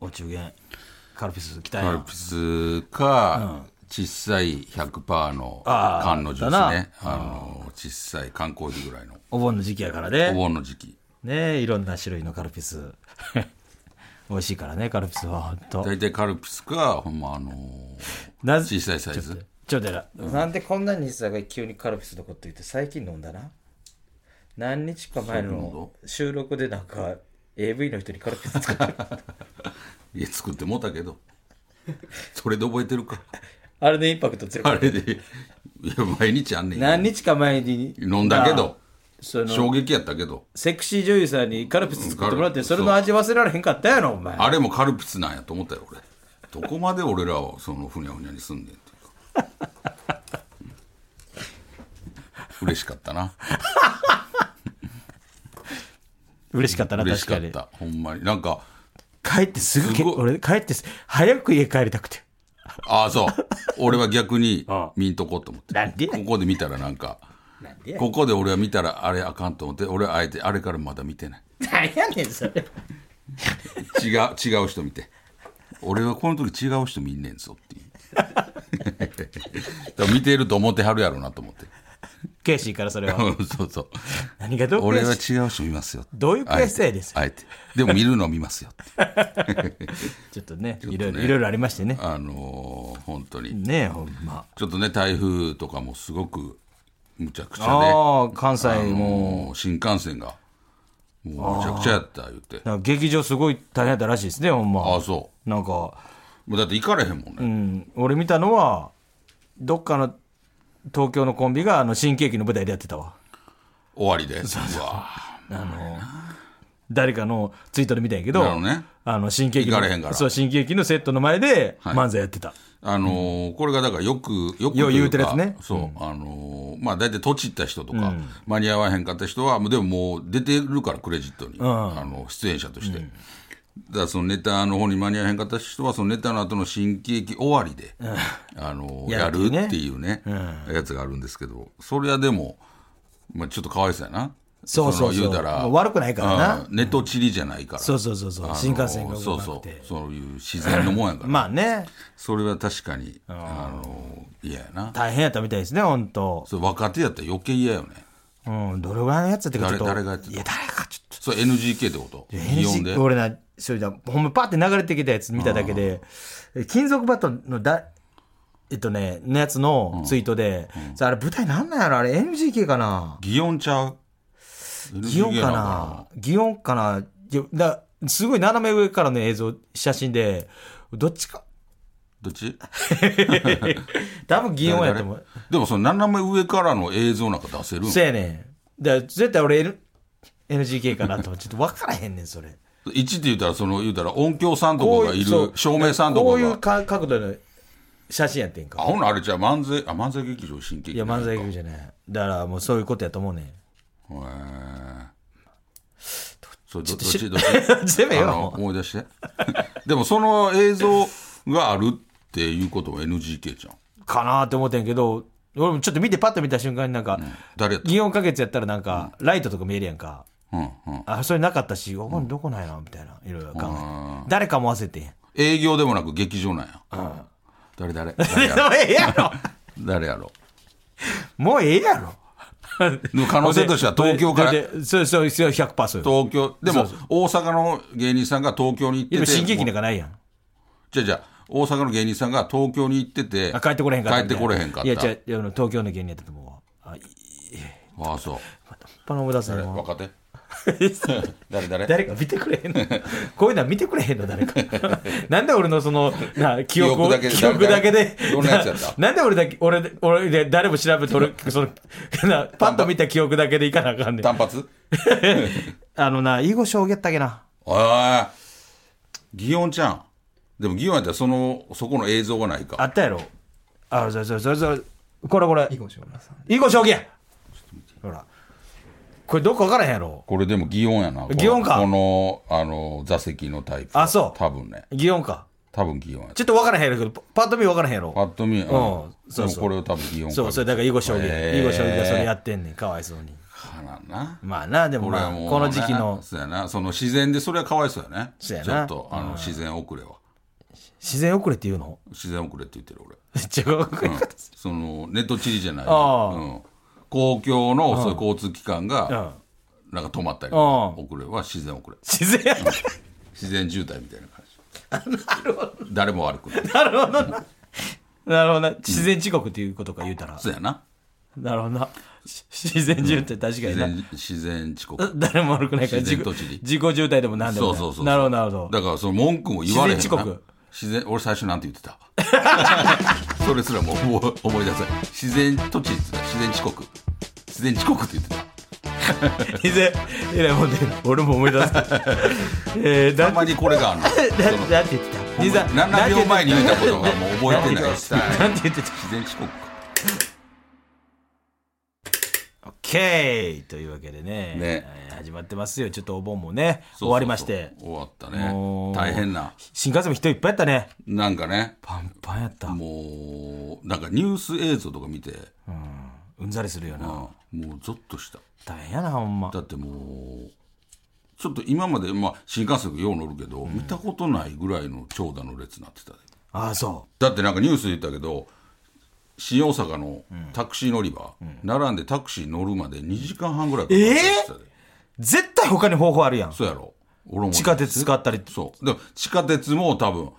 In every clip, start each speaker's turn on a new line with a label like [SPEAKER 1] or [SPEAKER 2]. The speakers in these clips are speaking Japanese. [SPEAKER 1] お中元、カルピス来た
[SPEAKER 2] カル
[SPEAKER 1] よ。
[SPEAKER 2] ピスか、小さい100%の
[SPEAKER 1] あー
[SPEAKER 2] 缶のジュースね。あの、小さい缶コーヒーぐらいの。
[SPEAKER 1] お盆の時期やから
[SPEAKER 2] お
[SPEAKER 1] ね。
[SPEAKER 2] 盆の時期。
[SPEAKER 1] ねえいろんな種類のカルピス。 美味しいからね、カルピスは、ほんと。
[SPEAKER 2] 大体カルピスか、ほんま、あの、
[SPEAKER 1] な
[SPEAKER 2] 小
[SPEAKER 1] ぜ、
[SPEAKER 2] さいサイズ。
[SPEAKER 1] ちょっとやら。なんでこんなにさが急にカルピスのこと言って最近飲んだな。何日か前
[SPEAKER 2] そういうこ
[SPEAKER 1] 収録でなんか、AV の人にカルピス使う。
[SPEAKER 2] いや、作ってもうたけど。それで覚えてるか。
[SPEAKER 1] あれでインパクト強
[SPEAKER 2] あ
[SPEAKER 1] く
[SPEAKER 2] れで。いや、毎日あんねん。
[SPEAKER 1] 何日か前に、
[SPEAKER 2] 飲んだけど。
[SPEAKER 1] その、
[SPEAKER 2] 衝撃やったけど。
[SPEAKER 1] セクシー女優さんにカルピス作ってもらっ
[SPEAKER 2] う
[SPEAKER 1] て、
[SPEAKER 2] ん
[SPEAKER 1] それの味忘れられへんかったやろ、お前。
[SPEAKER 2] あれもカルピスなんやと思ったよ、俺。どこまで俺らをそのふにゃふにゃにすんねんっていうか。嬉しかったな。
[SPEAKER 1] 嬉しかったな、
[SPEAKER 2] 嬉し
[SPEAKER 1] 確
[SPEAKER 2] か
[SPEAKER 1] か
[SPEAKER 2] っ
[SPEAKER 1] に。
[SPEAKER 2] た。ほんまに。なんか、
[SPEAKER 1] 帰ってすぐけ、
[SPEAKER 2] すごい
[SPEAKER 1] 俺、帰ってす早く家帰りたくて。
[SPEAKER 2] ああ、そう。俺は 逆に
[SPEAKER 1] ああ
[SPEAKER 2] 見んとこうと思って。
[SPEAKER 1] なんでや
[SPEAKER 2] ここで見たらなんか、
[SPEAKER 1] なんでや
[SPEAKER 2] ここで俺は見たらあれあかんと思って、俺はあえてあれからまだ見てない。
[SPEAKER 1] なんやねん、それ。
[SPEAKER 2] 違う、違う人見て。俺はこの時違う人見んねんぞ っていう。だから見てると思ってはるやろうなと 思って。
[SPEAKER 1] ケイシーからそれは。
[SPEAKER 2] うんそうそう。
[SPEAKER 1] 何がどう
[SPEAKER 2] 俺は
[SPEAKER 1] 悔し
[SPEAKER 2] 違う人見ますよ。
[SPEAKER 1] どういう悔しさやです
[SPEAKER 2] あえて。あえてでも見るの見ますよ って。
[SPEAKER 1] ちょっとね、
[SPEAKER 2] ょっとね
[SPEAKER 1] いろいろ、いろいろありましてね。
[SPEAKER 2] あのー本当に。
[SPEAKER 1] ねえ、ほんま。
[SPEAKER 2] ちょっとね、台風とかもすごくむちゃくちゃで、
[SPEAKER 1] ああ、関西も、
[SPEAKER 2] もう新幹線が、もうむちゃくちゃやった言って。
[SPEAKER 1] なんか劇場すごい大変やったらしいですね、ほん
[SPEAKER 2] あ
[SPEAKER 1] ま
[SPEAKER 2] あ、。そ
[SPEAKER 1] なんか、
[SPEAKER 2] う。もうだって行かれへんもんね。
[SPEAKER 1] うん、俺見たのは、どっかの東京のコンビが、あの、新喜劇の舞台でやってたわ。
[SPEAKER 2] 終わりで。うわ
[SPEAKER 1] あの、誰かのツイートで見たんやけど、
[SPEAKER 2] なるほどね
[SPEAKER 1] あの、新喜劇の
[SPEAKER 2] 行かれへんから
[SPEAKER 1] そう、新喜劇のセットの前で
[SPEAKER 2] はい
[SPEAKER 1] 漫才やってた。
[SPEAKER 2] あのーこれがだからよく、よくというか
[SPEAKER 1] よう言うてるやつね
[SPEAKER 2] そう。あのーまあ大体土地行った人とか、間に合わへんかった人は、もうでももう出てるから、クレジットに。あの、出演者として。だからそのネタの方に間に合わへんかった人は、そのネタの後の新喜劇終わりで、あのー
[SPEAKER 1] や
[SPEAKER 2] や
[SPEAKER 1] る
[SPEAKER 2] る
[SPEAKER 1] っていうね
[SPEAKER 2] っていうね、やつがあるんですけど、それはでも、まあちょっとかわいそうやな。
[SPEAKER 1] そうそうそう
[SPEAKER 2] の言うたら。
[SPEAKER 1] もう悪くないからな
[SPEAKER 2] うん。ネトチリじゃないから。
[SPEAKER 1] そうそうそうそう、
[SPEAKER 2] あのー
[SPEAKER 1] 新幹線が動
[SPEAKER 2] そう
[SPEAKER 1] かな
[SPEAKER 2] そ
[SPEAKER 1] く
[SPEAKER 2] う
[SPEAKER 1] て。。
[SPEAKER 2] そういう自然のもんやから。
[SPEAKER 1] まあね、
[SPEAKER 2] それは確かに、あの、嫌やな。
[SPEAKER 1] 大変やったみたいですね、本当。
[SPEAKER 2] それ若手やったら余計嫌よね。
[SPEAKER 1] うん、どれぐらいのやつやってかちょっと。
[SPEAKER 2] 誰誰がやってた
[SPEAKER 1] いや、誰かちょっ
[SPEAKER 2] それ NGK ってこと
[SPEAKER 1] と。
[SPEAKER 2] イオンで。
[SPEAKER 1] 俺な、それだ、ほんまパって流れてきたやつ見ただけで、え金属バットのだ、えっとね、のやつのツイートで、さあれ舞台なんなんやろあれ NGK かな
[SPEAKER 2] 祇園ちゃう
[SPEAKER 1] 擬
[SPEAKER 2] NGK
[SPEAKER 1] 音か
[SPEAKER 2] ん
[SPEAKER 1] な擬音かないやだすごい斜め上からの映像、写真で、どっちか、
[SPEAKER 2] どっち
[SPEAKER 1] 多分擬音やと思う。
[SPEAKER 2] でもその斜め上からの映像なんか出せるん
[SPEAKER 1] そうやねん。だから絶対俺、N、NGK かなと思う。ちょっと分からへんねん、それ。
[SPEAKER 2] 1って言ったら、その言うたら音響さんとかがい
[SPEAKER 1] そう
[SPEAKER 2] る、照明さんと
[SPEAKER 1] こ
[SPEAKER 2] か
[SPEAKER 1] ういう
[SPEAKER 2] が。
[SPEAKER 1] か角度の写真やってん
[SPEAKER 2] あ、
[SPEAKER 1] か。
[SPEAKER 2] ほんならあれじゃあ漫才、あ、漫才劇場新喜
[SPEAKER 1] い
[SPEAKER 2] 劇
[SPEAKER 1] や、
[SPEAKER 2] なんか。
[SPEAKER 1] 漫才劇じゃない。だからもうそういうことやと思うねん。
[SPEAKER 2] へーそ れどどっ
[SPEAKER 1] ちょっとし
[SPEAKER 2] ちどっち
[SPEAKER 1] せめ
[SPEAKER 2] あ
[SPEAKER 1] よ。
[SPEAKER 2] の
[SPEAKER 1] もう
[SPEAKER 2] 思い出して。 でもその映像があるっていうことは NGK じゃん。
[SPEAKER 1] かなーって思ってんけど、俺もちょっと見てパッと見た瞬間になんか、
[SPEAKER 2] 誰やった
[SPEAKER 1] 擬音か月やったらなんか、ライトとか見えるやんか。
[SPEAKER 2] うんうん、
[SPEAKER 1] あ、それなかったし、おこにどこないな、みたいな。いろいろ考えて。誰かも合わせてん。
[SPEAKER 2] 営業でもなく劇場なんや、誰誰誰やろ
[SPEAKER 1] もうええやろ
[SPEAKER 2] 誰やろ
[SPEAKER 1] もうええやろ
[SPEAKER 2] でも可能性としては東京から
[SPEAKER 1] でででそうそう、そう100%そうよ。
[SPEAKER 2] 東京でも大阪の芸人さんが東京に行って
[SPEAKER 1] でも
[SPEAKER 2] て
[SPEAKER 1] 新喜劇なん
[SPEAKER 2] も
[SPEAKER 1] かないやん。
[SPEAKER 2] うじゃあじゃあ大阪の芸人さんが東京に行ってて
[SPEAKER 1] あ帰ってこれへんかった
[SPEAKER 2] 帰ってこれへんかった
[SPEAKER 1] いや、じゃあの、東京の芸人やったと思うわ。あ、い
[SPEAKER 2] ああそう
[SPEAKER 1] パの小田さ
[SPEAKER 2] 誰
[SPEAKER 1] ん は。
[SPEAKER 2] 若手誰 誰
[SPEAKER 1] 誰か見てくれへん のこういうのは見てくれへんの誰か。なんで俺のその、な、記憶を、
[SPEAKER 2] 記憶だけで
[SPEAKER 1] 記憶だけで
[SPEAKER 2] 誰。どんなやつやった
[SPEAKER 1] ななんで俺だけ、俺で、俺で誰も調べとる、その、な、パッと見た記憶だけでいかなあか んねん。
[SPEAKER 2] 単発
[SPEAKER 1] あのな、囲碁将棋やったっけな。
[SPEAKER 2] ああ祇園ちゃん。でも祇園やったらその、そこの映像がない
[SPEAKER 1] あ
[SPEAKER 2] か。
[SPEAKER 1] ったやろあそれそれそれそれこれこれ
[SPEAKER 3] 囲碁将棋さん。
[SPEAKER 1] 囲碁将棋やほらこれどこ分からへんやろ
[SPEAKER 2] これでも祇園やな。
[SPEAKER 1] 祇園か
[SPEAKER 2] この、このあの、座席のタイプ。
[SPEAKER 1] あそう
[SPEAKER 2] 多分ね。
[SPEAKER 1] 祇園か
[SPEAKER 2] 多分祇園や。
[SPEAKER 1] ちょっと分からへんやろけどパッと見分からへんやろ
[SPEAKER 2] パッと見、うん
[SPEAKER 1] そうそう
[SPEAKER 2] でもこれを多分祇園
[SPEAKER 1] そうそれだから囲碁将棋、
[SPEAKER 2] へー
[SPEAKER 1] 囲碁将棋がそれやってんねんかわいそうに
[SPEAKER 2] かなな。
[SPEAKER 1] まあなでも,、
[SPEAKER 2] これ
[SPEAKER 1] まあ、
[SPEAKER 2] はもう
[SPEAKER 1] この時期
[SPEAKER 2] ね
[SPEAKER 1] の
[SPEAKER 2] そうやな。その自然で、それはかわいそうやね。
[SPEAKER 1] そうや
[SPEAKER 2] ちょ
[SPEAKER 1] な
[SPEAKER 2] っと、あの、自然遅れは。
[SPEAKER 1] 自然遅れっていう の
[SPEAKER 2] 自然遅れって言ってる俺。
[SPEAKER 1] 違う遅れ、
[SPEAKER 2] うんそのネット地理じゃない、
[SPEAKER 1] ああ
[SPEAKER 2] うん、公共のそういう交通機関
[SPEAKER 1] うん
[SPEAKER 2] がなんか止まったりと
[SPEAKER 1] ああ
[SPEAKER 2] か遅れは自然遅れ
[SPEAKER 1] 自然や
[SPEAKER 2] 自然渋滞みたいな 感じ誰も悪くない
[SPEAKER 1] なるほどな。なるほどな。自然遅刻っていうことか言うたら。
[SPEAKER 2] そうやな
[SPEAKER 1] なるほどな。し自然渋滞確か
[SPEAKER 2] 自
[SPEAKER 1] にな。
[SPEAKER 2] 然自然遅刻
[SPEAKER 1] 誰も悪くないから
[SPEAKER 2] 自
[SPEAKER 1] 自
[SPEAKER 2] 然
[SPEAKER 1] 己
[SPEAKER 2] と地理
[SPEAKER 1] 自己渋滞でも何でも
[SPEAKER 2] そ
[SPEAKER 1] ない
[SPEAKER 2] うそうそう
[SPEAKER 1] なるほどなるほど
[SPEAKER 2] だからその文句も言われへんな
[SPEAKER 1] 自然遅刻
[SPEAKER 2] 自然俺最初なんて言ってた それすらもう思い思い出せない自然と地理って言ってた自然遅刻自然遅刻って言ってた
[SPEAKER 1] 自然えらいもんで俺も思い出 すえー、だ
[SPEAKER 2] たまにこれがあるのその
[SPEAKER 1] だ なんて言ってた兄さん
[SPEAKER 2] 7秒前に言ったことがもう覚えてない
[SPEAKER 1] なんて言ってたなんて言ってた
[SPEAKER 2] 自然遅刻か
[SPEAKER 1] OK というわけでね
[SPEAKER 2] ね
[SPEAKER 1] えー始まってますよちょっとお盆もね
[SPEAKER 2] そうそうそ
[SPEAKER 1] 終
[SPEAKER 2] う
[SPEAKER 1] わりまして
[SPEAKER 2] 終わった
[SPEAKER 1] も
[SPEAKER 2] ね
[SPEAKER 1] う
[SPEAKER 2] 大変な
[SPEAKER 1] 新幹線も人いっぱいやったね
[SPEAKER 2] なんかね
[SPEAKER 1] パンパンやった
[SPEAKER 2] もうなんかニュース映像とか見て、
[SPEAKER 1] うんざりするよ
[SPEAKER 2] うん
[SPEAKER 1] な
[SPEAKER 2] もうゾッとした
[SPEAKER 1] 大変やなほんま
[SPEAKER 2] だってもうちょっと今まで、まあ、新幹線よう乗るけど、見たことないぐらいの長蛇の列になってたで
[SPEAKER 1] ああそ
[SPEAKER 2] だってなんかニュースで言ったけど新大阪のタクシー乗り場、並んでタクシー乗るまで2時間半ぐらいかかるって言ってたで、
[SPEAKER 1] う絶対他に方法あるやん
[SPEAKER 2] そうやろ俺も
[SPEAKER 1] 地下鉄使ったり
[SPEAKER 2] そう。でも、地下鉄も多分、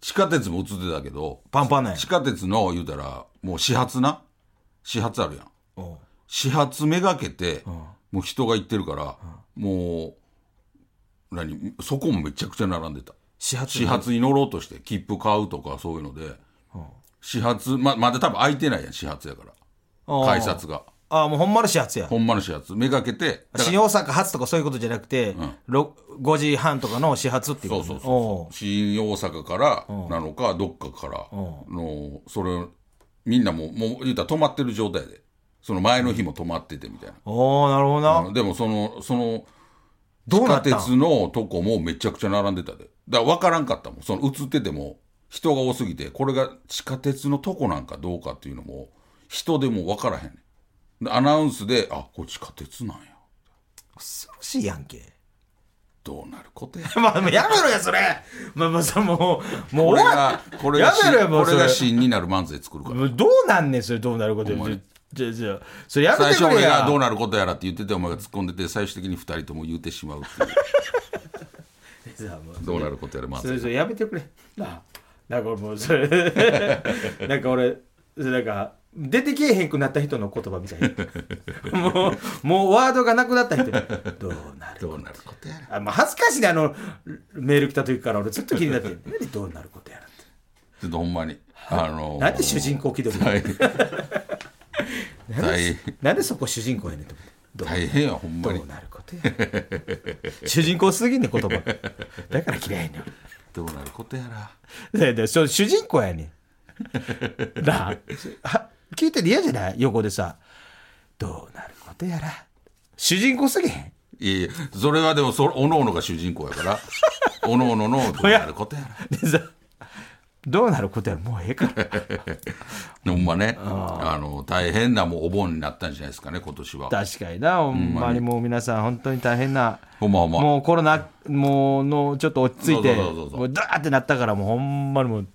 [SPEAKER 2] 地下鉄も映ってたけど、
[SPEAKER 1] パンパンなんや
[SPEAKER 2] 地下鉄の、言うたら、もう始発な始発あるやん。
[SPEAKER 1] おう
[SPEAKER 2] 始発めがけて、もう人が行ってるから、もう、何、そこもめちゃくちゃ並んでた。
[SPEAKER 1] 始発
[SPEAKER 2] 始発に乗ろうとして、切符買うとかそういうので、始発、ま、まだ多分空いてないやん、始発やから。
[SPEAKER 1] おう
[SPEAKER 2] 改札が。
[SPEAKER 1] ああもうほんまの始発や
[SPEAKER 2] ほんまの始発。めがけて、だから
[SPEAKER 1] 新大阪発とかそういうことじゃなくて、ろ5時半とかの始発っていうこ
[SPEAKER 2] そう
[SPEAKER 1] と
[SPEAKER 2] そうそう
[SPEAKER 1] お
[SPEAKER 2] そう新大阪からなのかどっかからのそれみんなもうもう言うたら止まってる状態でその前の日も止まっててみたいな、
[SPEAKER 1] うおうなるほどな、
[SPEAKER 2] うんでもそのその
[SPEAKER 1] どうなったん
[SPEAKER 2] 地下鉄のとこもめちゃくちゃ並んでたでだから分からんかったもんその映ってても人が多すぎてこれが地下鉄のとこなんかどうかっていうのも人でも分からへんねんでアナウンスであこれ地下鉄なんや
[SPEAKER 1] 恐ろしいやんけ
[SPEAKER 2] どうなることや
[SPEAKER 1] まあ もうやめろやそれまあまあそれもうもう
[SPEAKER 2] こ
[SPEAKER 1] 俺
[SPEAKER 2] れ
[SPEAKER 1] は
[SPEAKER 2] がこれが
[SPEAKER 1] やめろよもう
[SPEAKER 2] こ
[SPEAKER 1] それ
[SPEAKER 2] れが芯になる漫才作るから
[SPEAKER 1] もうどうなんねんそれどうなることやじゃあじゃあそれやめ
[SPEAKER 2] 最
[SPEAKER 1] て
[SPEAKER 2] 初
[SPEAKER 1] くれ
[SPEAKER 2] 俺
[SPEAKER 1] や
[SPEAKER 2] がどうなることやらって言っててお前が突っ込んでて最終的に2人とも言うてしまうっていう
[SPEAKER 1] じゃあもう
[SPEAKER 2] どうなることやらま
[SPEAKER 1] それ
[SPEAKER 2] ず
[SPEAKER 1] それやめてくれなあなんか俺もうそれ なんか俺それなんか出てけえへんくなった人の言葉みたい なもうもうワードがなくなった人どうなる
[SPEAKER 2] どうなることやら
[SPEAKER 1] あ、まあ、恥ずかしいねあのメール来た時から俺ずっと気になってる何どうなることやら って
[SPEAKER 2] ちょっとほんまにあのー、
[SPEAKER 1] なんで主人公気取り
[SPEAKER 2] 大
[SPEAKER 1] なんで
[SPEAKER 2] 大
[SPEAKER 1] なんでそこ主人公やねんと思ってどう
[SPEAKER 2] 大変やほんま
[SPEAKER 1] ど
[SPEAKER 2] に
[SPEAKER 1] うなることや ら主人公すぎんねん言葉だから嫌いねん
[SPEAKER 2] どうなることやら
[SPEAKER 1] だだそう主人公やね ん。なあは聞いてて嫌じゃない横でさ。どうなることやら。主人公すぎへん。
[SPEAKER 2] いやいやそれはでもそおのおのが主人公やから おのおののどうなることやら
[SPEAKER 1] でさどうなることやらもうええ から。
[SPEAKER 2] ほんまねあの大変なもうお盆になったんじゃないですかね今年は
[SPEAKER 1] 確かにな、ほんまにもう皆さん本当に大変な。
[SPEAKER 2] ほんまほんま
[SPEAKER 1] もうコロナもうのちょっと落ち着いて、
[SPEAKER 2] そうそうそうそう
[SPEAKER 1] もうダーってなったからもうほんまにもう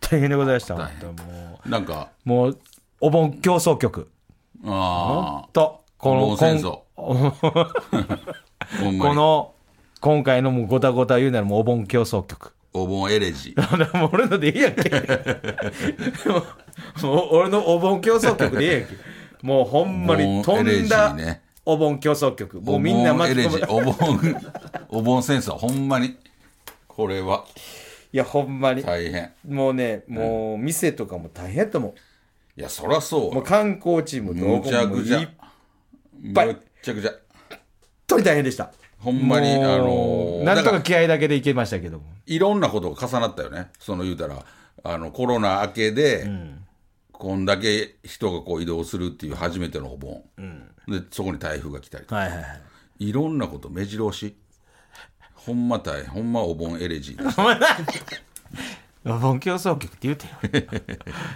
[SPEAKER 1] 大変でございました。本
[SPEAKER 2] 大
[SPEAKER 1] 当
[SPEAKER 2] 変
[SPEAKER 1] も
[SPEAKER 2] なんか
[SPEAKER 1] うもうお盆競争曲
[SPEAKER 2] ああ
[SPEAKER 1] とこの
[SPEAKER 2] 盆戦争ほんま
[SPEAKER 1] こ
[SPEAKER 2] に
[SPEAKER 1] の今回のもうごたごた言うならもうお盆競争曲
[SPEAKER 2] お盆エレジ
[SPEAKER 1] ほらもう俺のでいいやんけ もうもう俺のお盆競争曲でいいやんけもうほんまに飛ん
[SPEAKER 2] お盆エレ
[SPEAKER 1] だ
[SPEAKER 2] ジーね
[SPEAKER 1] お盆競争曲もうみんな巻き込む
[SPEAKER 2] お盆 エレジお盆お盆戦争ほんまにこれはい
[SPEAKER 1] やほんまに
[SPEAKER 2] 大変
[SPEAKER 1] もうねもう店とかも大変やと思
[SPEAKER 2] いやそらそう
[SPEAKER 1] もう
[SPEAKER 2] う
[SPEAKER 1] 観光地もどこ
[SPEAKER 2] むちゃ
[SPEAKER 1] も
[SPEAKER 2] く
[SPEAKER 1] い
[SPEAKER 2] ちゃ
[SPEAKER 1] っぱい
[SPEAKER 2] むちゃくちゃ
[SPEAKER 1] 本当に大変でした
[SPEAKER 2] ほんまに、あ
[SPEAKER 1] も
[SPEAKER 2] の
[SPEAKER 1] う
[SPEAKER 2] ー
[SPEAKER 1] なんと
[SPEAKER 2] だ
[SPEAKER 1] か
[SPEAKER 2] から
[SPEAKER 1] 気合だけでいけましたけども。
[SPEAKER 2] いろんなことが重なったよね。その言うたら、あの、コロナ明けで、こんだけ人がこう移動するっていう初めてのお盆。で、そこに台風が来たりとか
[SPEAKER 1] はいはいはい。
[SPEAKER 2] いろんなこと目白押し。ほんま大変、ほんまお盆エレジーです。
[SPEAKER 1] 盆競争曲って言うてよ。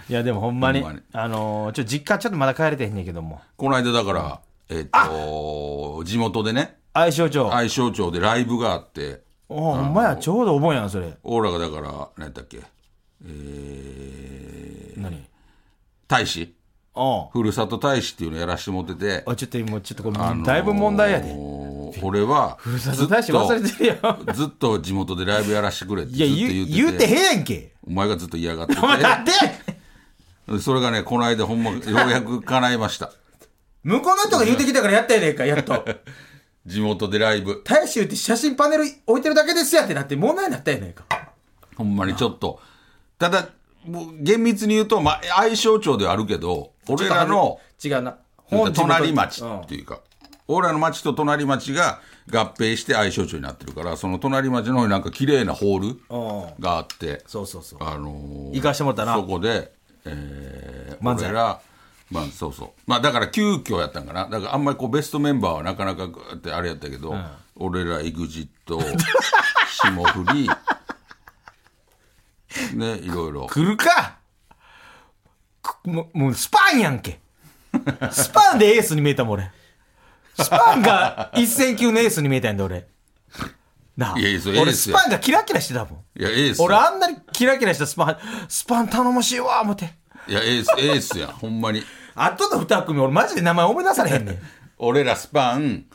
[SPEAKER 1] いや、でもほんまに、
[SPEAKER 2] ほんまに
[SPEAKER 1] あのーちょ、実家ちょっとまだ帰れてへんねんけども。
[SPEAKER 2] この間だから、えっと、地元でね、
[SPEAKER 1] 愛称長。
[SPEAKER 2] 愛称町でライブがあって、
[SPEAKER 1] おほんまや、ちょうどお盆やん、それ。
[SPEAKER 2] オーラがだから、何やったっけ、えー、
[SPEAKER 1] 何
[SPEAKER 2] 大使
[SPEAKER 1] お
[SPEAKER 2] ふるさと大使っていうのやらしてもってて
[SPEAKER 1] う、あ、ちょっと今、ちょっとこれ、だいぶ問題やで。
[SPEAKER 2] おー俺は、ふる
[SPEAKER 1] さす大使忘れてるよ。
[SPEAKER 2] ずっと地元でライブやらしてくれって
[SPEAKER 1] い
[SPEAKER 2] ずっ
[SPEAKER 1] や、
[SPEAKER 2] と
[SPEAKER 1] 言
[SPEAKER 2] 言
[SPEAKER 1] う
[SPEAKER 2] っ
[SPEAKER 1] 言
[SPEAKER 2] て
[SPEAKER 1] うて
[SPEAKER 2] て、
[SPEAKER 1] へんやんけ。
[SPEAKER 2] お前がずっと嫌がって
[SPEAKER 1] お前なん
[SPEAKER 2] て、
[SPEAKER 1] で
[SPEAKER 2] それがね、この間ほんま、ようやく叶いました。
[SPEAKER 1] 向こうの人が言うてきたからやったやねんか、やっと。
[SPEAKER 2] 地元でライブ。
[SPEAKER 1] 大使言って写真パネル置いてるだけですやってなって問題になったやねんか。
[SPEAKER 2] ほんまにちょっと。ただ、もう厳密に言うと、まあ、相性町ではあるけど、俺らの、
[SPEAKER 1] 違うな。
[SPEAKER 2] 隣町
[SPEAKER 1] うん
[SPEAKER 2] っていうか、俺らの町と隣町が合併して相性町になってるから、その隣町の方になんか綺麗なホール
[SPEAKER 1] う
[SPEAKER 2] があって、
[SPEAKER 1] そうそうそう。
[SPEAKER 2] あのー
[SPEAKER 1] 行かしてもらったな
[SPEAKER 2] そこで、えー、
[SPEAKER 1] 漫才
[SPEAKER 2] 俺ら、まあ、そうそう。まあ、だから急遽やったんかな。だからあんまりこう、ベストメンバーはなかなかグーってあれやったけど、俺ら、エグジット、 霜降り、ね、いろいろ。
[SPEAKER 1] 来るかくもう、もうスパンやんけ。スパンでエースに見えたもん、俺。スパンが一戦級のエースに見えたんだ、俺。なあ。
[SPEAKER 2] いやいやそれエ
[SPEAKER 1] 俺、
[SPEAKER 2] ース
[SPEAKER 1] ス
[SPEAKER 2] や
[SPEAKER 1] パンがキラキラしてたもん。
[SPEAKER 2] いや、エース。
[SPEAKER 1] 俺、あんなにキラキラしたスパン、スパン頼もしいわ、思って。
[SPEAKER 2] いや、エース、エースやん、ほんまに。
[SPEAKER 1] あとの二組、俺、マジで名前思い出されへんね ん。
[SPEAKER 2] 俺ら、スパン、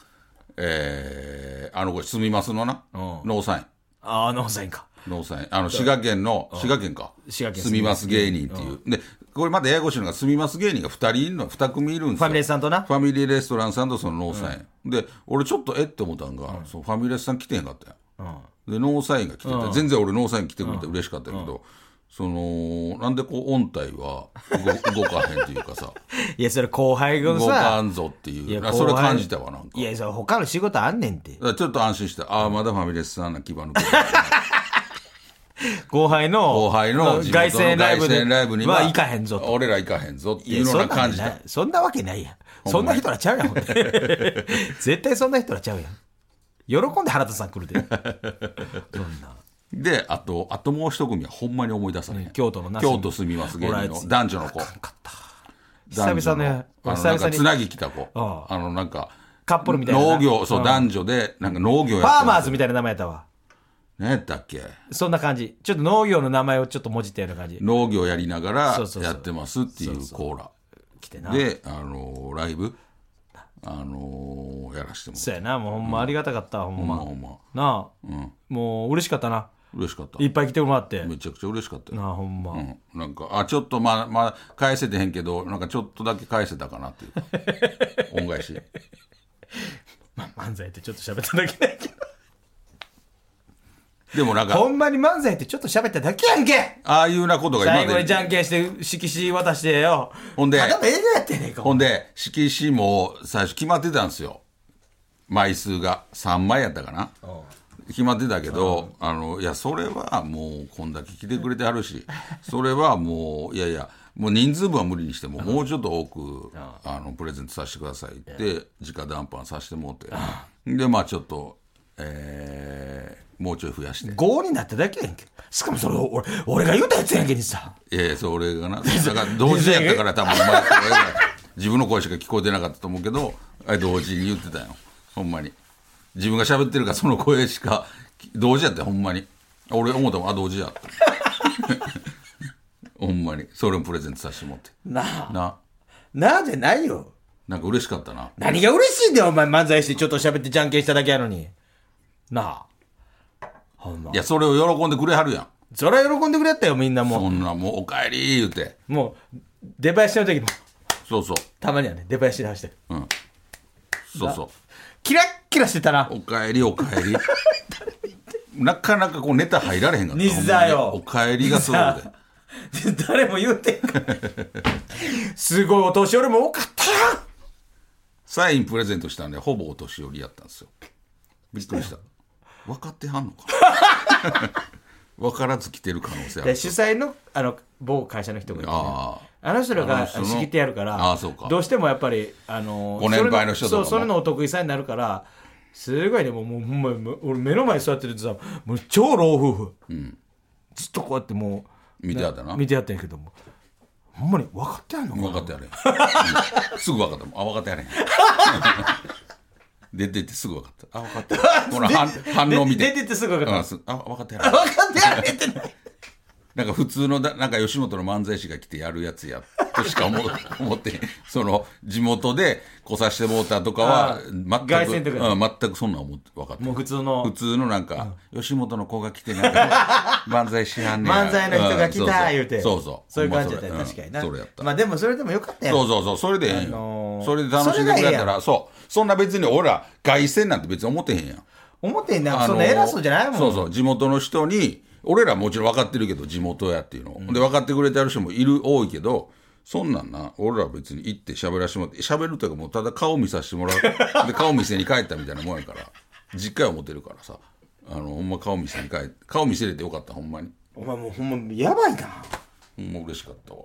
[SPEAKER 2] えー、あの子、住みますのな、ノーサイン。
[SPEAKER 1] ああ、ノーサインか。
[SPEAKER 2] ノーサイン。あの、滋賀県の、滋賀県か。
[SPEAKER 1] 滋賀県
[SPEAKER 2] 住みます芸人っていう。で、これまたややこしいのが、住みます芸人が2人いるの、2組いるんです
[SPEAKER 1] フ
[SPEAKER 2] よ。
[SPEAKER 1] ァミレスさんとな
[SPEAKER 2] ファミリーレストランさんとそのノーサイン。で、俺ちょっとえって思ったんが、そのファミレスさん来てへんかったやん。で、ノーサインが来てて、全然俺ノーサイン来てくれて嬉しかったけど、その、なんでこう、音体は 動動かへんっていうかさ、
[SPEAKER 1] いや、それ後輩が
[SPEAKER 2] 動か
[SPEAKER 1] さ、
[SPEAKER 2] んぞってい、
[SPEAKER 1] いうや
[SPEAKER 2] な
[SPEAKER 1] 後輩
[SPEAKER 2] それ感じたわ、なんか。
[SPEAKER 1] いや、それ他の仕事あんねんって
[SPEAKER 2] だ。からちょっと安心した。ああ、まだファミレスさんな牙抜けてる。
[SPEAKER 1] 後輩の、
[SPEAKER 2] 後輩の地元の
[SPEAKER 1] 凱旋ライブ
[SPEAKER 2] 凱
[SPEAKER 1] で
[SPEAKER 2] 旋ライブに
[SPEAKER 1] は
[SPEAKER 2] は
[SPEAKER 1] 行かへんぞと。
[SPEAKER 2] 俺ら行かへんぞって
[SPEAKER 1] い
[SPEAKER 2] い
[SPEAKER 1] や
[SPEAKER 2] うの
[SPEAKER 1] そん
[SPEAKER 2] が
[SPEAKER 1] な
[SPEAKER 2] 感じた
[SPEAKER 1] ないそんなわけないやんそんな人らちゃうやん ほんで絶対そんな人らちゃうやん喜んで原田さん来るでどんな
[SPEAKER 2] であとあともう一組はほんまに思い出さない、
[SPEAKER 1] うん京都のな
[SPEAKER 2] 京都住みます芸
[SPEAKER 1] 俺あ
[SPEAKER 2] 人
[SPEAKER 1] いつ
[SPEAKER 2] の男女の子
[SPEAKER 1] 久々のや
[SPEAKER 2] ねあの
[SPEAKER 1] 久
[SPEAKER 2] なん
[SPEAKER 1] 々
[SPEAKER 2] か
[SPEAKER 1] に
[SPEAKER 2] つなぎきた子
[SPEAKER 1] あ
[SPEAKER 2] あのなんか
[SPEAKER 1] カップルみたいなな
[SPEAKER 2] 農業そう、
[SPEAKER 1] ん
[SPEAKER 2] 男女でなんか農業や
[SPEAKER 1] ファーマー
[SPEAKER 2] ズ
[SPEAKER 1] ズみたいな名前やったわ
[SPEAKER 2] 何やったっけ
[SPEAKER 1] そんな感じちょっと農業の名前をちょっともじったような感じ
[SPEAKER 2] 農業やりながら
[SPEAKER 1] そうそうそう
[SPEAKER 2] やってますっていうコーラ
[SPEAKER 1] 来てな
[SPEAKER 2] であのライブあのやらしてもらっ
[SPEAKER 1] そうやなもうほんまありがたかったわほん
[SPEAKER 2] た
[SPEAKER 1] ま
[SPEAKER 2] ほんまほ
[SPEAKER 1] なあ
[SPEAKER 2] んまうん
[SPEAKER 1] もう嬉しかったな
[SPEAKER 2] 嬉しかった
[SPEAKER 1] いっぱい来てもらって
[SPEAKER 2] めちゃくちゃ嬉しかったよ
[SPEAKER 1] なあほんま
[SPEAKER 2] うん、なんかあちょっとまあまあ返せてへんけどなんかちょっとだけ返せたかなっていう か恩返し
[SPEAKER 1] 漫才ってちょっと喋っただけだけど
[SPEAKER 2] でもなん
[SPEAKER 1] ほ
[SPEAKER 2] か
[SPEAKER 1] んまに漫才ってちょっと喋っただけやんけ
[SPEAKER 2] ああいうなことが
[SPEAKER 1] 最
[SPEAKER 2] 今
[SPEAKER 1] 後
[SPEAKER 2] ま
[SPEAKER 1] に
[SPEAKER 2] で
[SPEAKER 1] じゃんけんして色紙渡してよ
[SPEAKER 2] ほんで
[SPEAKER 1] ただの営業やってんねんか
[SPEAKER 2] ほんで色紙も最初決まってたんですよ枚数が3枚やったかな決まってたけどあのいやそれはもうこんだけ来てくれてはる しそれはもういやいやもう人数分は無理にしてももうちょっと多くあのプレゼントさせてくださいって直談判させてもうてでまあちょっとえーもうちょい増やして
[SPEAKER 1] 5になっただけやんけしかもそれ俺俺が言うたやつやんけにさ
[SPEAKER 2] いやいや、それがな、だから同時やったから、多分お前俺が自分の声しか聞こえてなかったと思うけど、あれ同時に言ってたよ、ほんまに。自分が喋ってるから、その声しか、同時やったよ、ほんまに。俺思ったもん、あ、同時やった。 ほんまに、それをプレゼントさせてもらって。
[SPEAKER 1] なあ
[SPEAKER 2] な、
[SPEAKER 1] なあじゃないよ
[SPEAKER 2] なんか嬉しかったな。
[SPEAKER 1] 何が嬉しいんだよお前漫才してちょっと喋ってじゃんけんしただけやのになあほんま
[SPEAKER 2] いや、それを喜んでくれはるやん。
[SPEAKER 1] それは喜んでくれやったよみんなも
[SPEAKER 2] そんな、もう、おかえり言うて。
[SPEAKER 1] うもう出囃子の時も
[SPEAKER 2] そうそう。
[SPEAKER 1] たまにはね出囃子で走って
[SPEAKER 2] うん。そうそう。
[SPEAKER 1] キラッキラしてたな
[SPEAKER 2] おかえりおかえりなかなかこうネタ入られへんかった
[SPEAKER 1] 西田よ
[SPEAKER 2] ほんまにおかえりがそうで
[SPEAKER 1] 西 誰も言うてん からすごいお年寄りも多かったよ
[SPEAKER 2] サインプレゼントしたんでほぼお年寄りやったんですよびっく りした分かってはんのか分からず来てる可能性あ
[SPEAKER 1] で
[SPEAKER 2] る
[SPEAKER 1] 主催のあの某会社の人がいてね
[SPEAKER 2] あ
[SPEAKER 1] あの人ら
[SPEAKER 2] あの
[SPEAKER 1] が
[SPEAKER 2] 人の
[SPEAKER 1] 仕切ってやるから
[SPEAKER 2] ああそうか
[SPEAKER 1] どうしてもやっぱりあの
[SPEAKER 2] ご年配の人とか
[SPEAKER 1] それ
[SPEAKER 2] も
[SPEAKER 1] そうそれのお得意さんになるからすごいねもうもうほんまにもう俺目の前に座ってるとさもう超老夫婦、ずっとこうやってもう
[SPEAKER 2] 見てやったな
[SPEAKER 1] 見てやったんやけどもほんまに分かってやんのか
[SPEAKER 2] 分かってやれんうんすぐ分かったもんあ分かって やれん出てってすぐ分かったあ分かった この反反応見て
[SPEAKER 1] 出てってすぐ分かった
[SPEAKER 2] うんすあ分かってやれん
[SPEAKER 1] 分かってやれって な
[SPEAKER 2] なんか普通のだ、なんか吉本の漫才師が来てやるやつや、とし か思う思ってへん、その、地元で来させてもうたとか
[SPEAKER 1] あ
[SPEAKER 2] は
[SPEAKER 1] あ、
[SPEAKER 2] 全
[SPEAKER 1] 凱旋と
[SPEAKER 2] く、
[SPEAKER 1] かね
[SPEAKER 2] うん、全くそんなん思って、分かって
[SPEAKER 1] もう
[SPEAKER 2] ない
[SPEAKER 1] 普通の
[SPEAKER 2] 普通のなんか、吉本の子が来て、なん か、漫才師はんねや
[SPEAKER 1] 漫才の人が来た言うて
[SPEAKER 2] そうそう。
[SPEAKER 1] そういう感じだったよ
[SPEAKER 2] ほんま
[SPEAKER 1] 確
[SPEAKER 2] そ
[SPEAKER 1] か
[SPEAKER 2] れ
[SPEAKER 1] にな
[SPEAKER 2] うんそれやった。
[SPEAKER 1] まあでもそれでもよかったやん
[SPEAKER 2] そうそうそう、それでええんよ
[SPEAKER 1] あのー
[SPEAKER 2] それで楽しんでくれた
[SPEAKER 1] それがええや
[SPEAKER 2] ら、そう。そんな別に俺ら、凱旋なんて別に思ってへんやん。
[SPEAKER 1] 思ってんな
[SPEAKER 2] あ
[SPEAKER 1] そ
[SPEAKER 2] の
[SPEAKER 1] んな偉そうじゃないもん
[SPEAKER 2] そうそう地元の人に俺らもちろん分かってるけど地元やっていうの、で分かってくれてある人もいる多いけどそんなんな俺ら別に行って喋らせてもらって喋るというかもうただ顔見させてもらうで顔見せに帰ったみたいなもんやから実家は持てるからさあのほんま顔見せに帰って顔見せれてよかったほんまに
[SPEAKER 1] お前もうほんまやばいな
[SPEAKER 2] ほんま嬉しかったわ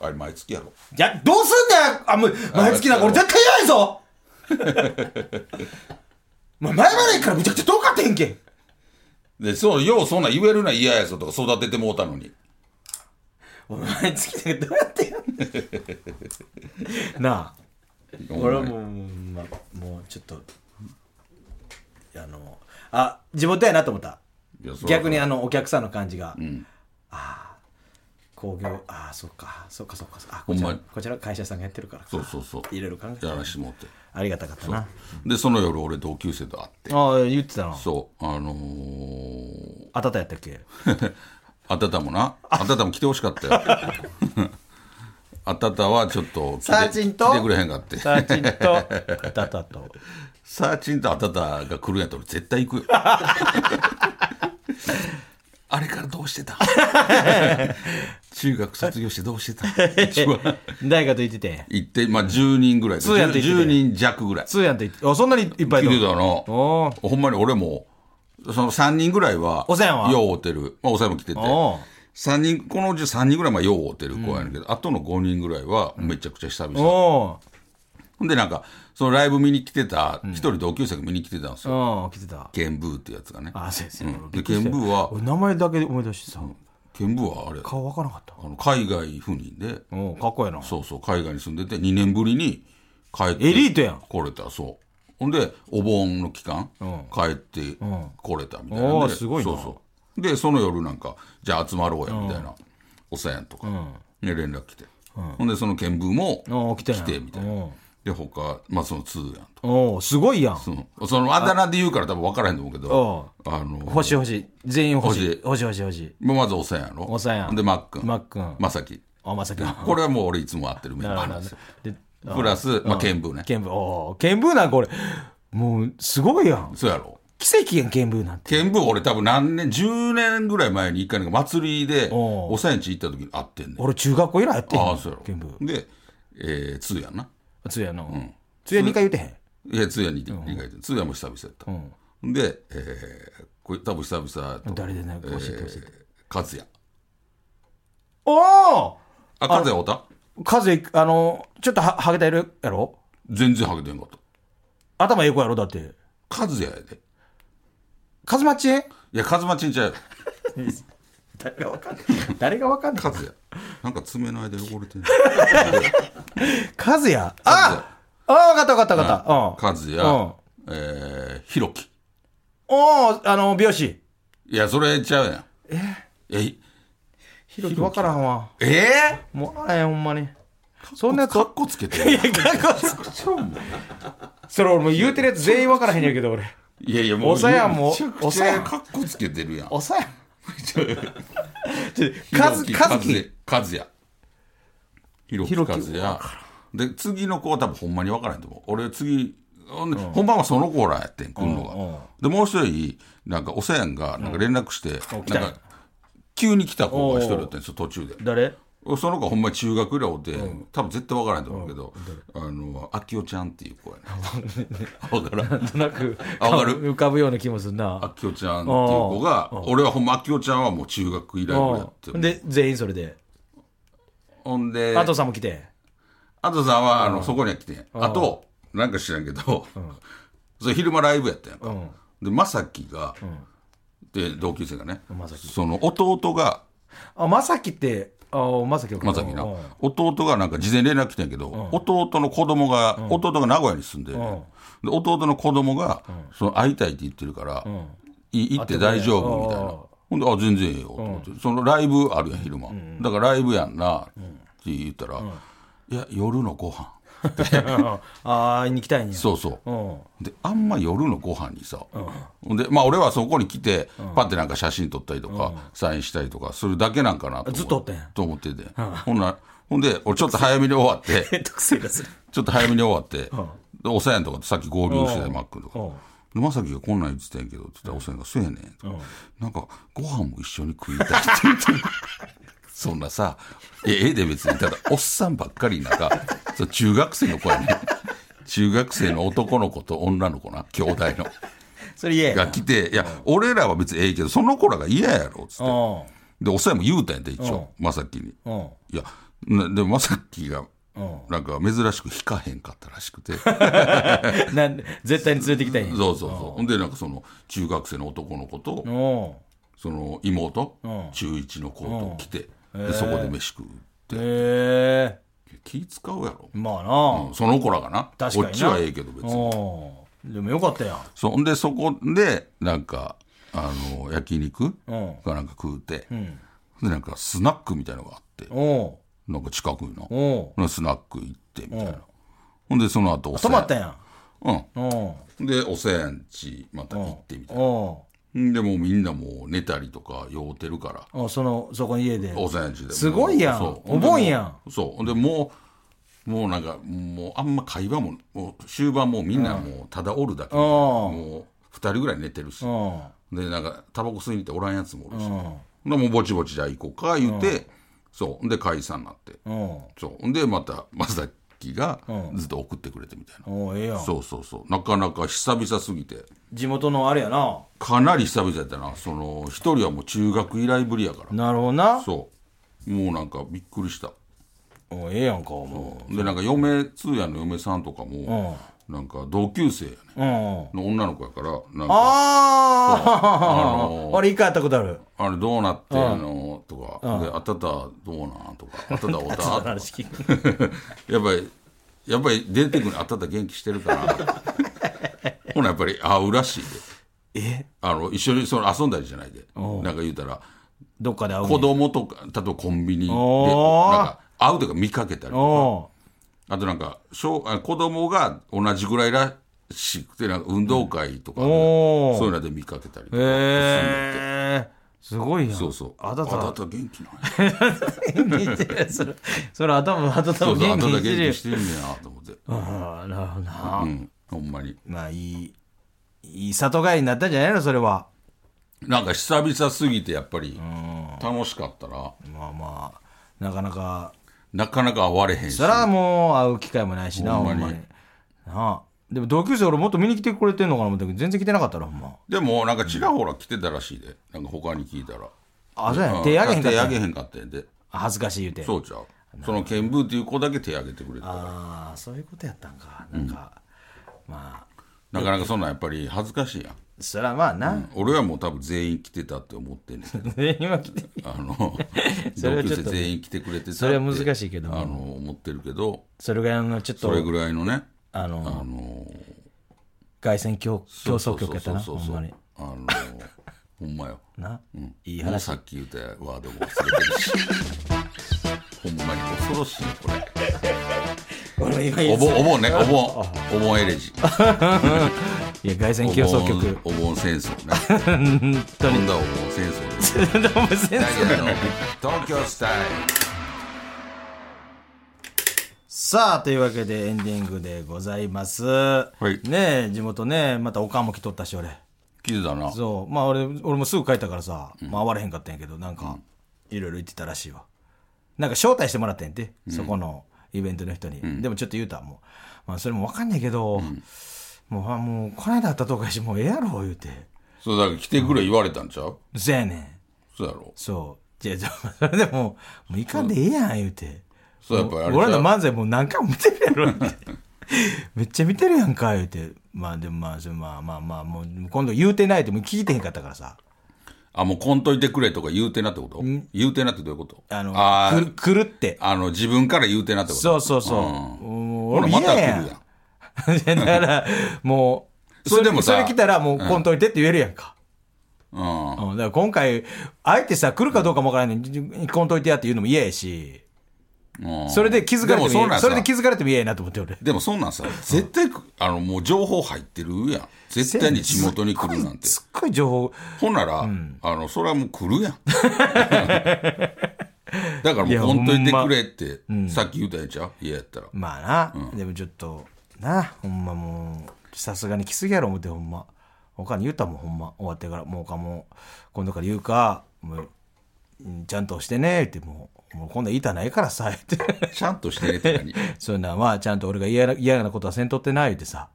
[SPEAKER 2] あれ毎月やろ
[SPEAKER 1] いやどうすんだよあもう前月なんか俺絶対やない ぞまあ前までからむちゃくちゃ遠かったやんけ
[SPEAKER 2] でそうようそんなん言えるな嫌やぞとか育ててもうたのに
[SPEAKER 1] お前毎月なんかどうやってやん ねんなあ俺はもうまあもうちょっとあのあ地元やなと思った
[SPEAKER 2] いやそう
[SPEAKER 1] 逆にあのお客さんの感じが、ああ工業ああそっかそっかそっかあこち
[SPEAKER 2] ほ
[SPEAKER 1] ら
[SPEAKER 2] んまに
[SPEAKER 1] こちら会社さんがやってるから
[SPEAKER 2] そうそうそう
[SPEAKER 1] いろいろ考えて
[SPEAKER 2] やらしてもうて
[SPEAKER 1] ありがたかったな
[SPEAKER 2] でその夜俺同級生と会って
[SPEAKER 1] ああ言ってたな
[SPEAKER 2] そう、あのー、
[SPEAKER 1] あたたやったっけ
[SPEAKER 2] あたたもな、あたたも来てほしかったよ。 あたたはちょっと
[SPEAKER 1] サー
[SPEAKER 2] 来て
[SPEAKER 1] チンと
[SPEAKER 2] 来てくれへんかって。
[SPEAKER 1] サーチンとあたた と
[SPEAKER 2] サーチンとあたたが来るんやったら俺絶対行くよ。 あれからどうしてた中学卒業してどうしてた一番
[SPEAKER 1] 誰かと言ってて
[SPEAKER 2] 行って、まあ10人ぐらいで、
[SPEAKER 1] 通夜と言ってたよ
[SPEAKER 2] 10, 人弱ぐらい。
[SPEAKER 1] つーやんと言ってあそんなにいっぱいい
[SPEAKER 2] 聞いて
[SPEAKER 1] る
[SPEAKER 2] たな。
[SPEAKER 1] おー
[SPEAKER 2] ほんまに俺も、その3人ぐらいは、
[SPEAKER 1] おさやんは
[SPEAKER 2] よう会うてる。まあ、おさやんも来てて。
[SPEAKER 1] おう
[SPEAKER 2] 三人、このうち3人ぐらいはよう会うてる子やねんけど、あとの5人ぐらいはめちゃくちゃ久々。
[SPEAKER 1] お
[SPEAKER 2] ほんでなんか、そのライブ見に来てた、一人同級生が見に来てたんです
[SPEAKER 1] ー
[SPEAKER 2] よ。
[SPEAKER 1] おー来てた
[SPEAKER 2] ケンブーってやつがね。
[SPEAKER 1] あそうですよ
[SPEAKER 2] うんで、ケンブーは、
[SPEAKER 1] 俺名前だけで思い出してさ
[SPEAKER 2] ケンブーはあれ、
[SPEAKER 1] 顔分からなかった
[SPEAKER 2] あの海外赴任で、
[SPEAKER 1] おおかっこええな
[SPEAKER 2] そうそう、海外に住んでて、2年ぶりに帰って。
[SPEAKER 1] エリートやん
[SPEAKER 2] 来れた、そう。ほんで、お盆の期間、帰って来れたみたいなん
[SPEAKER 1] お
[SPEAKER 2] で。
[SPEAKER 1] ーすごいな
[SPEAKER 2] そうそう。で、その夜なんか、じゃあ集まろうや、みたいな、おさやんとか、ね、連絡来て。ほんで、その見聞も
[SPEAKER 1] おお来てんや
[SPEAKER 2] 来て、みたいな
[SPEAKER 1] お。
[SPEAKER 2] で、他、まあ、その2やんと。
[SPEAKER 1] ーおーすごいやん
[SPEAKER 2] うんそのあだ名で言うから多分分からへんと思うけど、あの、
[SPEAKER 1] 星星全員星
[SPEAKER 2] 星
[SPEAKER 1] 星星星
[SPEAKER 2] まずおさやんやろ。
[SPEAKER 1] おさやん
[SPEAKER 2] で、まっくん。
[SPEAKER 1] まっくん
[SPEAKER 2] まさき。
[SPEAKER 1] あまさか
[SPEAKER 2] これはもう俺いつも会ってるメンバーなんですよ。
[SPEAKER 1] で
[SPEAKER 2] プラス、まあ、見聞ね。
[SPEAKER 1] 剣舞おお剣舞なんか俺もうすごいやん
[SPEAKER 2] そうやろ。
[SPEAKER 1] 奇跡やん剣舞なんて
[SPEAKER 2] 剣舞俺多分何年、10年ぐらい前に一回なんか祭りで、
[SPEAKER 1] おう
[SPEAKER 2] おさやんち行った時に会ってんねん。
[SPEAKER 1] 俺中学校以来やってん
[SPEAKER 2] ああ、そうやろ。
[SPEAKER 1] 剣舞
[SPEAKER 2] で、えー、通夜な。
[SPEAKER 1] つやのつや2回言うてへん
[SPEAKER 2] いや、通夜に意外と、通夜も久々やった。で、えー、これ多分久々やと。
[SPEAKER 1] 誰でね教えて教えて
[SPEAKER 2] えー和也。
[SPEAKER 1] おお
[SPEAKER 2] あ、和也おった
[SPEAKER 1] 風あのちょっとははげたるやろ
[SPEAKER 2] 全然ハゲてんかった。
[SPEAKER 1] 頭ええ子やろだって
[SPEAKER 2] 和也やで。
[SPEAKER 1] カズマッチ
[SPEAKER 2] いや、カズマちんちゃうよ。
[SPEAKER 1] 誰がわかんない誰がわかんない
[SPEAKER 2] カズヤ。なんか爪の間汚れてる。
[SPEAKER 1] カズやあああわかったわかったわかったうん
[SPEAKER 2] カズ
[SPEAKER 1] うん
[SPEAKER 2] ヤ、えー、ヒロキ。
[SPEAKER 1] おおあの美容師
[SPEAKER 2] いや、それちゃうやん。ええ
[SPEAKER 1] ひろきわからんわ
[SPEAKER 2] ええ
[SPEAKER 1] もうあれほんまにそんな
[SPEAKER 2] ー、
[SPEAKER 1] やつ
[SPEAKER 2] かっこつけてる。
[SPEAKER 1] それ俺もう言うてるやつ全員分からへんやけど俺
[SPEAKER 2] いやいや、もう。
[SPEAKER 1] おさやんも
[SPEAKER 2] めちゃく
[SPEAKER 1] お
[SPEAKER 2] ち
[SPEAKER 1] さや
[SPEAKER 2] ゃ
[SPEAKER 1] ん
[SPEAKER 2] かっこつけてるやん。
[SPEAKER 1] おさや
[SPEAKER 2] カ
[SPEAKER 1] カ
[SPEAKER 2] ズ
[SPEAKER 1] ズ
[SPEAKER 2] キ、
[SPEAKER 1] カ
[SPEAKER 2] カ
[SPEAKER 1] ズキ
[SPEAKER 2] ズカズヤ。ヒロキ、
[SPEAKER 1] ヒロキ
[SPEAKER 2] カズヤ。で、次の子は多分ほんまに分からへんと思う。俺、次、ほんで本番はその子らやってん、来んのが。で、もう一人、なんか、おさやんが、なんか連絡して、
[SPEAKER 1] んお来た
[SPEAKER 2] なん
[SPEAKER 1] やん
[SPEAKER 2] か、急に来た子が一人だったんですよ、途中で。
[SPEAKER 1] 誰
[SPEAKER 2] その子ほんまに中学以来おって、多分絶対分からないと思うけど、あの、あきおちゃんっていう子やね。分からん。
[SPEAKER 1] なんとなく
[SPEAKER 2] あわかる
[SPEAKER 1] 浮かぶような気もするな
[SPEAKER 2] あきおちゃんっていう子が、俺はほんまあきおちゃんはもう中学以来ぐらいやって
[SPEAKER 1] うんで全員それで
[SPEAKER 2] ほんで、
[SPEAKER 1] あとさんも来て
[SPEAKER 2] あとさんは、あの、そこには来てん。あと、なんか知らんけど、 それ昼間ライブやったやんか。で、まさきが、で、同級生がね、その弟が、
[SPEAKER 1] あまさきってあまさき
[SPEAKER 2] まさきな
[SPEAKER 1] うん、
[SPEAKER 2] 弟がなんか事前連絡来てんけど、弟の子供が、弟が名古屋に住んでるね、で弟の子供が、その会いたいって言ってるから、い行って大丈夫みたいな。ほんで、あ、全然ええよと思って、そのライブあるやん、昼間。だからライブやんな、って言ったら、いや、夜のご飯。
[SPEAKER 1] ああ会いに来たいんや
[SPEAKER 2] そうそう。
[SPEAKER 1] うん
[SPEAKER 2] であんま夜のご飯にさ、でまあ俺はそこに来て、パッてなんか写真撮ったりとか、サインしたりとかするだけなんかなと思
[SPEAKER 1] ずっとおったんや
[SPEAKER 2] と思ってて、ほんなほんで俺ちょっと早めに終わって
[SPEAKER 1] めんどくせえやつ
[SPEAKER 2] ちょっと早めに終わって、でおさやんとかとさっき合流してたよマックンとか。でまさきがこんなん言ってたんやけどって言ったら、おさやんが、そうやねんとか、なんか、ご飯も一緒に食いたいって言ってるそんなさ、えええで別に、ただ、おっさんばっかりなんか、そう中学生の子やねん中学生の男の子と女の子な、兄弟の。
[SPEAKER 1] それ言え
[SPEAKER 2] が来て、いや、俺らは別にええけど、その子らが嫌やろ、つって。
[SPEAKER 1] う
[SPEAKER 2] で、おさやんも言うたんやで、一応、まさきに。
[SPEAKER 1] んうん
[SPEAKER 2] いや、なでもまさきが、なんか珍しく引かへんかったらしく て。そう
[SPEAKER 1] なん絶対に連れてきたいんや
[SPEAKER 2] そうそう。ほんで、なんかその、中学生の男の子と、
[SPEAKER 1] お
[SPEAKER 2] その妹、中一の子と来て、で、そこで飯食うって。
[SPEAKER 1] へえ
[SPEAKER 2] 気使うやろ。
[SPEAKER 1] まあな、
[SPEAKER 2] うんその子らがな。
[SPEAKER 1] 確かにな
[SPEAKER 2] こっちはええけど、別に。
[SPEAKER 1] うんでもよかったやん
[SPEAKER 2] そんで、そこで、なんか、あの、焼肉
[SPEAKER 1] うん
[SPEAKER 2] がなんか食うて、で、なんかスナックみたいなのがあって、
[SPEAKER 1] お
[SPEAKER 2] なんか近くにな
[SPEAKER 1] う。おう
[SPEAKER 2] なスナック行って、みたいな。ほんで、その後、お
[SPEAKER 1] 泊
[SPEAKER 2] さ
[SPEAKER 1] ま
[SPEAKER 2] や
[SPEAKER 1] ったや
[SPEAKER 2] うん。
[SPEAKER 1] んうん
[SPEAKER 2] で、おせやんち、また行ってみたいな。
[SPEAKER 1] お
[SPEAKER 2] で、もうみんなもう寝たりとか、酔うてるから、
[SPEAKER 1] うおそのそこの家です
[SPEAKER 2] おせやんちで。
[SPEAKER 1] すごいやん
[SPEAKER 2] そう
[SPEAKER 1] お盆やん。
[SPEAKER 2] ほでもうそう。ほんで、もう、もうなんか、もうあんま会話も、もう終盤もうみんなもうただおるだけ。
[SPEAKER 1] ん
[SPEAKER 2] もう二人ぐらい寝てるし
[SPEAKER 1] う。ん
[SPEAKER 2] で、なんか、タバコ吸いに行っておらんやつもおるし。ほんで、もうぼちぼちじゃあ行こうか、言うて、そう。ほんで、解散になって。
[SPEAKER 1] うん
[SPEAKER 2] そう。ほんで、また、まさきがずっと送ってくれてみたいな。
[SPEAKER 1] おうええやん
[SPEAKER 2] そうそうそう。なかなか久々すぎて。
[SPEAKER 1] 地元のあれやな
[SPEAKER 2] かなり久々やったな。その、一人はもう中学以来ぶりやから。
[SPEAKER 1] なるほどな
[SPEAKER 2] そう。もうなんかびっくりした。
[SPEAKER 1] おうええやんかお前
[SPEAKER 2] で、なんか嫁、通夜の嫁さんとかも、なんか同級生やね。
[SPEAKER 1] うん
[SPEAKER 2] の女の子やから、なんか、
[SPEAKER 1] ああ俺一回やったことある
[SPEAKER 2] あれどうなってんのとか、で、あたたどうなんとか、 あたたおたとか。
[SPEAKER 1] 話聞く
[SPEAKER 2] やっぱり、やっぱり出てくるのあたた元気してるか な。ほな、やっぱり会うらしいで。あの、一緒にその遊んだりじゃないで。なんか言うたら、
[SPEAKER 1] どっかで会うね
[SPEAKER 2] 子供とか、例えばコンビニで、なん
[SPEAKER 1] おー
[SPEAKER 2] か会うというか見かけたりと
[SPEAKER 1] お
[SPEAKER 2] か、あとなんか、小あ子供が同じぐらいらしくて、なんか運動会とか、
[SPEAKER 1] うお
[SPEAKER 2] そう
[SPEAKER 1] う
[SPEAKER 2] いうので見かけたりとか、
[SPEAKER 1] へえすごいやん
[SPEAKER 2] そうそう。
[SPEAKER 1] あだた
[SPEAKER 2] あ
[SPEAKER 1] だ
[SPEAKER 2] たた元気なんや。
[SPEAKER 1] 元気してる それそれ頭
[SPEAKER 2] そ
[SPEAKER 1] 頭
[SPEAKER 2] うそう、あ
[SPEAKER 1] 元気
[SPEAKER 2] たた
[SPEAKER 1] に
[SPEAKER 2] 元
[SPEAKER 1] してる
[SPEAKER 2] 気してるんねやなと思って。
[SPEAKER 1] ああなるほどな
[SPEAKER 2] うん、ほんまに。
[SPEAKER 1] まあいいいい里帰りになったんじゃないのそれは
[SPEAKER 2] なんか久々すぎて、やっぱり、楽しかったな。
[SPEAKER 1] まあまあなかなか
[SPEAKER 2] なかなか会われへんし
[SPEAKER 1] そ。らもう会う機会もないしなほ
[SPEAKER 2] ほん
[SPEAKER 1] ん
[SPEAKER 2] ま
[SPEAKER 1] まに
[SPEAKER 2] に
[SPEAKER 1] なあでも同級生俺もっと見に来てくれてんのかな思ったけど全然来てなかったらほんま
[SPEAKER 2] でも、なんかちらほら来てたらしいで。なんか他に聞いたら。
[SPEAKER 1] あそうや
[SPEAKER 2] うん
[SPEAKER 1] ん手あげへんかっ
[SPEAKER 2] 手
[SPEAKER 1] た
[SPEAKER 2] あ
[SPEAKER 1] ん
[SPEAKER 2] げ
[SPEAKER 1] や
[SPEAKER 2] へんかったんやで。
[SPEAKER 1] 恥ずかしい言うて
[SPEAKER 2] そうちゃう。その剣舞っていう子だけ手あげてくれてたから。
[SPEAKER 1] ああそういうことやったんかなんかまあ
[SPEAKER 2] なかなかそんなんやっぱり恥ずかしいやん。
[SPEAKER 1] そらまあな
[SPEAKER 2] 俺はもう多分全員来てたって思ってんね んけど
[SPEAKER 1] 今来て
[SPEAKER 2] あの、
[SPEAKER 1] それ
[SPEAKER 2] 同
[SPEAKER 1] はちょっと
[SPEAKER 2] 級生全員来てくれてたって
[SPEAKER 1] それは難しいけど
[SPEAKER 2] あの、思ってるけど、
[SPEAKER 1] それぐらいのちょっ
[SPEAKER 2] それ
[SPEAKER 1] と
[SPEAKER 2] ぐらいのね、
[SPEAKER 1] あ
[SPEAKER 2] あ
[SPEAKER 1] の
[SPEAKER 2] の、
[SPEAKER 1] 凱旋競競争曲やったな
[SPEAKER 2] そ
[SPEAKER 1] ほ
[SPEAKER 2] うそ
[SPEAKER 1] ん
[SPEAKER 2] うそうそう
[SPEAKER 1] まに
[SPEAKER 2] あの、ほんまよ。
[SPEAKER 1] な
[SPEAKER 2] う
[SPEAKER 1] いい
[SPEAKER 2] もう
[SPEAKER 1] 話
[SPEAKER 2] さっき言ったワードも忘れてるし。ほんまに恐ろしいねこれ。
[SPEAKER 1] 俺も今言
[SPEAKER 2] お盆、お 盆ね、お盆、お盆エレジ。
[SPEAKER 1] いや凱旋競争曲
[SPEAKER 2] お盆お盆戦争 ね。
[SPEAKER 1] 当に
[SPEAKER 2] 今度はお盆戦争で す。
[SPEAKER 1] どうも先生
[SPEAKER 2] ダイヤの東京スタイ
[SPEAKER 1] さあというわけでエンディングでございます、
[SPEAKER 2] い
[SPEAKER 1] ねえ地元ねまたおかんも来とったし俺
[SPEAKER 2] ル。聞いてたな。
[SPEAKER 1] そうまあ俺俺もすぐ帰ったからさ、まあ、会われへんかったんやけどなんかいろいろ言ってたらしいわなんか招待してもらってんて、そこのイベントの人に。でもちょっと言うたらもう、まあそれもわかんないけど、もう、あもう、こないだあったとかやし、もうええやろ、言うて。
[SPEAKER 2] そうだから来てくれ言われたんちゃう
[SPEAKER 1] そやねん。
[SPEAKER 2] そうやろ
[SPEAKER 1] そう。じゃあじゃあ、 それでもう、もういかんでええやん、言うて。
[SPEAKER 2] そうやっぱりあれちゃう
[SPEAKER 1] 俺らの漫才もう何回も見てるやろ、言うて。 めっちゃ見てるやんか、言うて。まあでもまあ、それまあまあまあ、もう、今度言うてないともう聞いてへんかったからさ。
[SPEAKER 2] あ、もうこんといてくれとか言うてなってこと言うてなってどういうこと
[SPEAKER 1] あの、
[SPEAKER 2] あー
[SPEAKER 1] くるくるって。
[SPEAKER 2] あの、自分から言うてなってこと
[SPEAKER 1] そうそうそう。もう俺も
[SPEAKER 2] ほら
[SPEAKER 1] 嫌
[SPEAKER 2] また来
[SPEAKER 1] や
[SPEAKER 2] るやん
[SPEAKER 1] ん。だから、もう、
[SPEAKER 2] それでもさ
[SPEAKER 1] それ来たらもう来んといてって言えるやんか。
[SPEAKER 2] うん。
[SPEAKER 1] うん。だから今回、あえてさ、来るかどうかもわからないのに、来んといてやって言うのも嫌やし、
[SPEAKER 2] うん
[SPEAKER 1] それで気づかれても
[SPEAKER 2] でもそ
[SPEAKER 1] 嫌
[SPEAKER 2] うな
[SPEAKER 1] や
[SPEAKER 2] んさ
[SPEAKER 1] それで気づかれても嫌やなと思って俺。
[SPEAKER 2] でもそんなんさ、絶対く、あの、もう情報入ってるやん。絶対に地元に来るなんて。
[SPEAKER 1] すっごい情報。
[SPEAKER 2] ほんなら、あの、それはもう来るやん。だからもうい
[SPEAKER 1] や
[SPEAKER 2] ほんといて
[SPEAKER 1] ほんま
[SPEAKER 2] くれって、さっき言うたやんちゃう家やったら。
[SPEAKER 1] まあな、でもちょっと、な、ほんまもう、さすがに来すぎやろ思って、ほんま。他に言ったもん、ほんま。終わってから、もうかも、今度から言うか、もう、うんちゃんとしてね、って、もう、もう今度板ないからさ、って。
[SPEAKER 2] ちゃんとしてねって何
[SPEAKER 1] そんなんは、ちゃんと俺が嫌な嫌なことはせんとってない、ってさ。。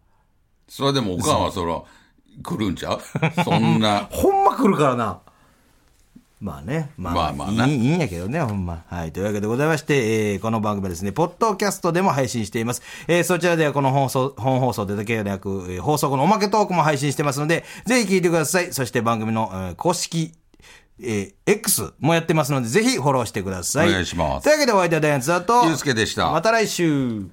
[SPEAKER 2] それでもおかんはその、来るんちゃうそんな
[SPEAKER 1] ほんま来るからな。まあね、まあ、
[SPEAKER 2] まあまあない
[SPEAKER 1] いいいんやけどね、ほんま。はい。というわけでございまして、えーこの番組はですね、ポッドキャストでも配信しています。えーそちらではこの放送、本放送でだけでなく、えー放送後のおまけトークも配信してますので、ぜひ聞いてください。そして番組の、えー公式、えー X もやってますので、ぜひフォローしてください。
[SPEAKER 2] お願いします
[SPEAKER 1] というわけでお相手はダイアンツだと、
[SPEAKER 2] ゆうすけでした
[SPEAKER 1] また来週。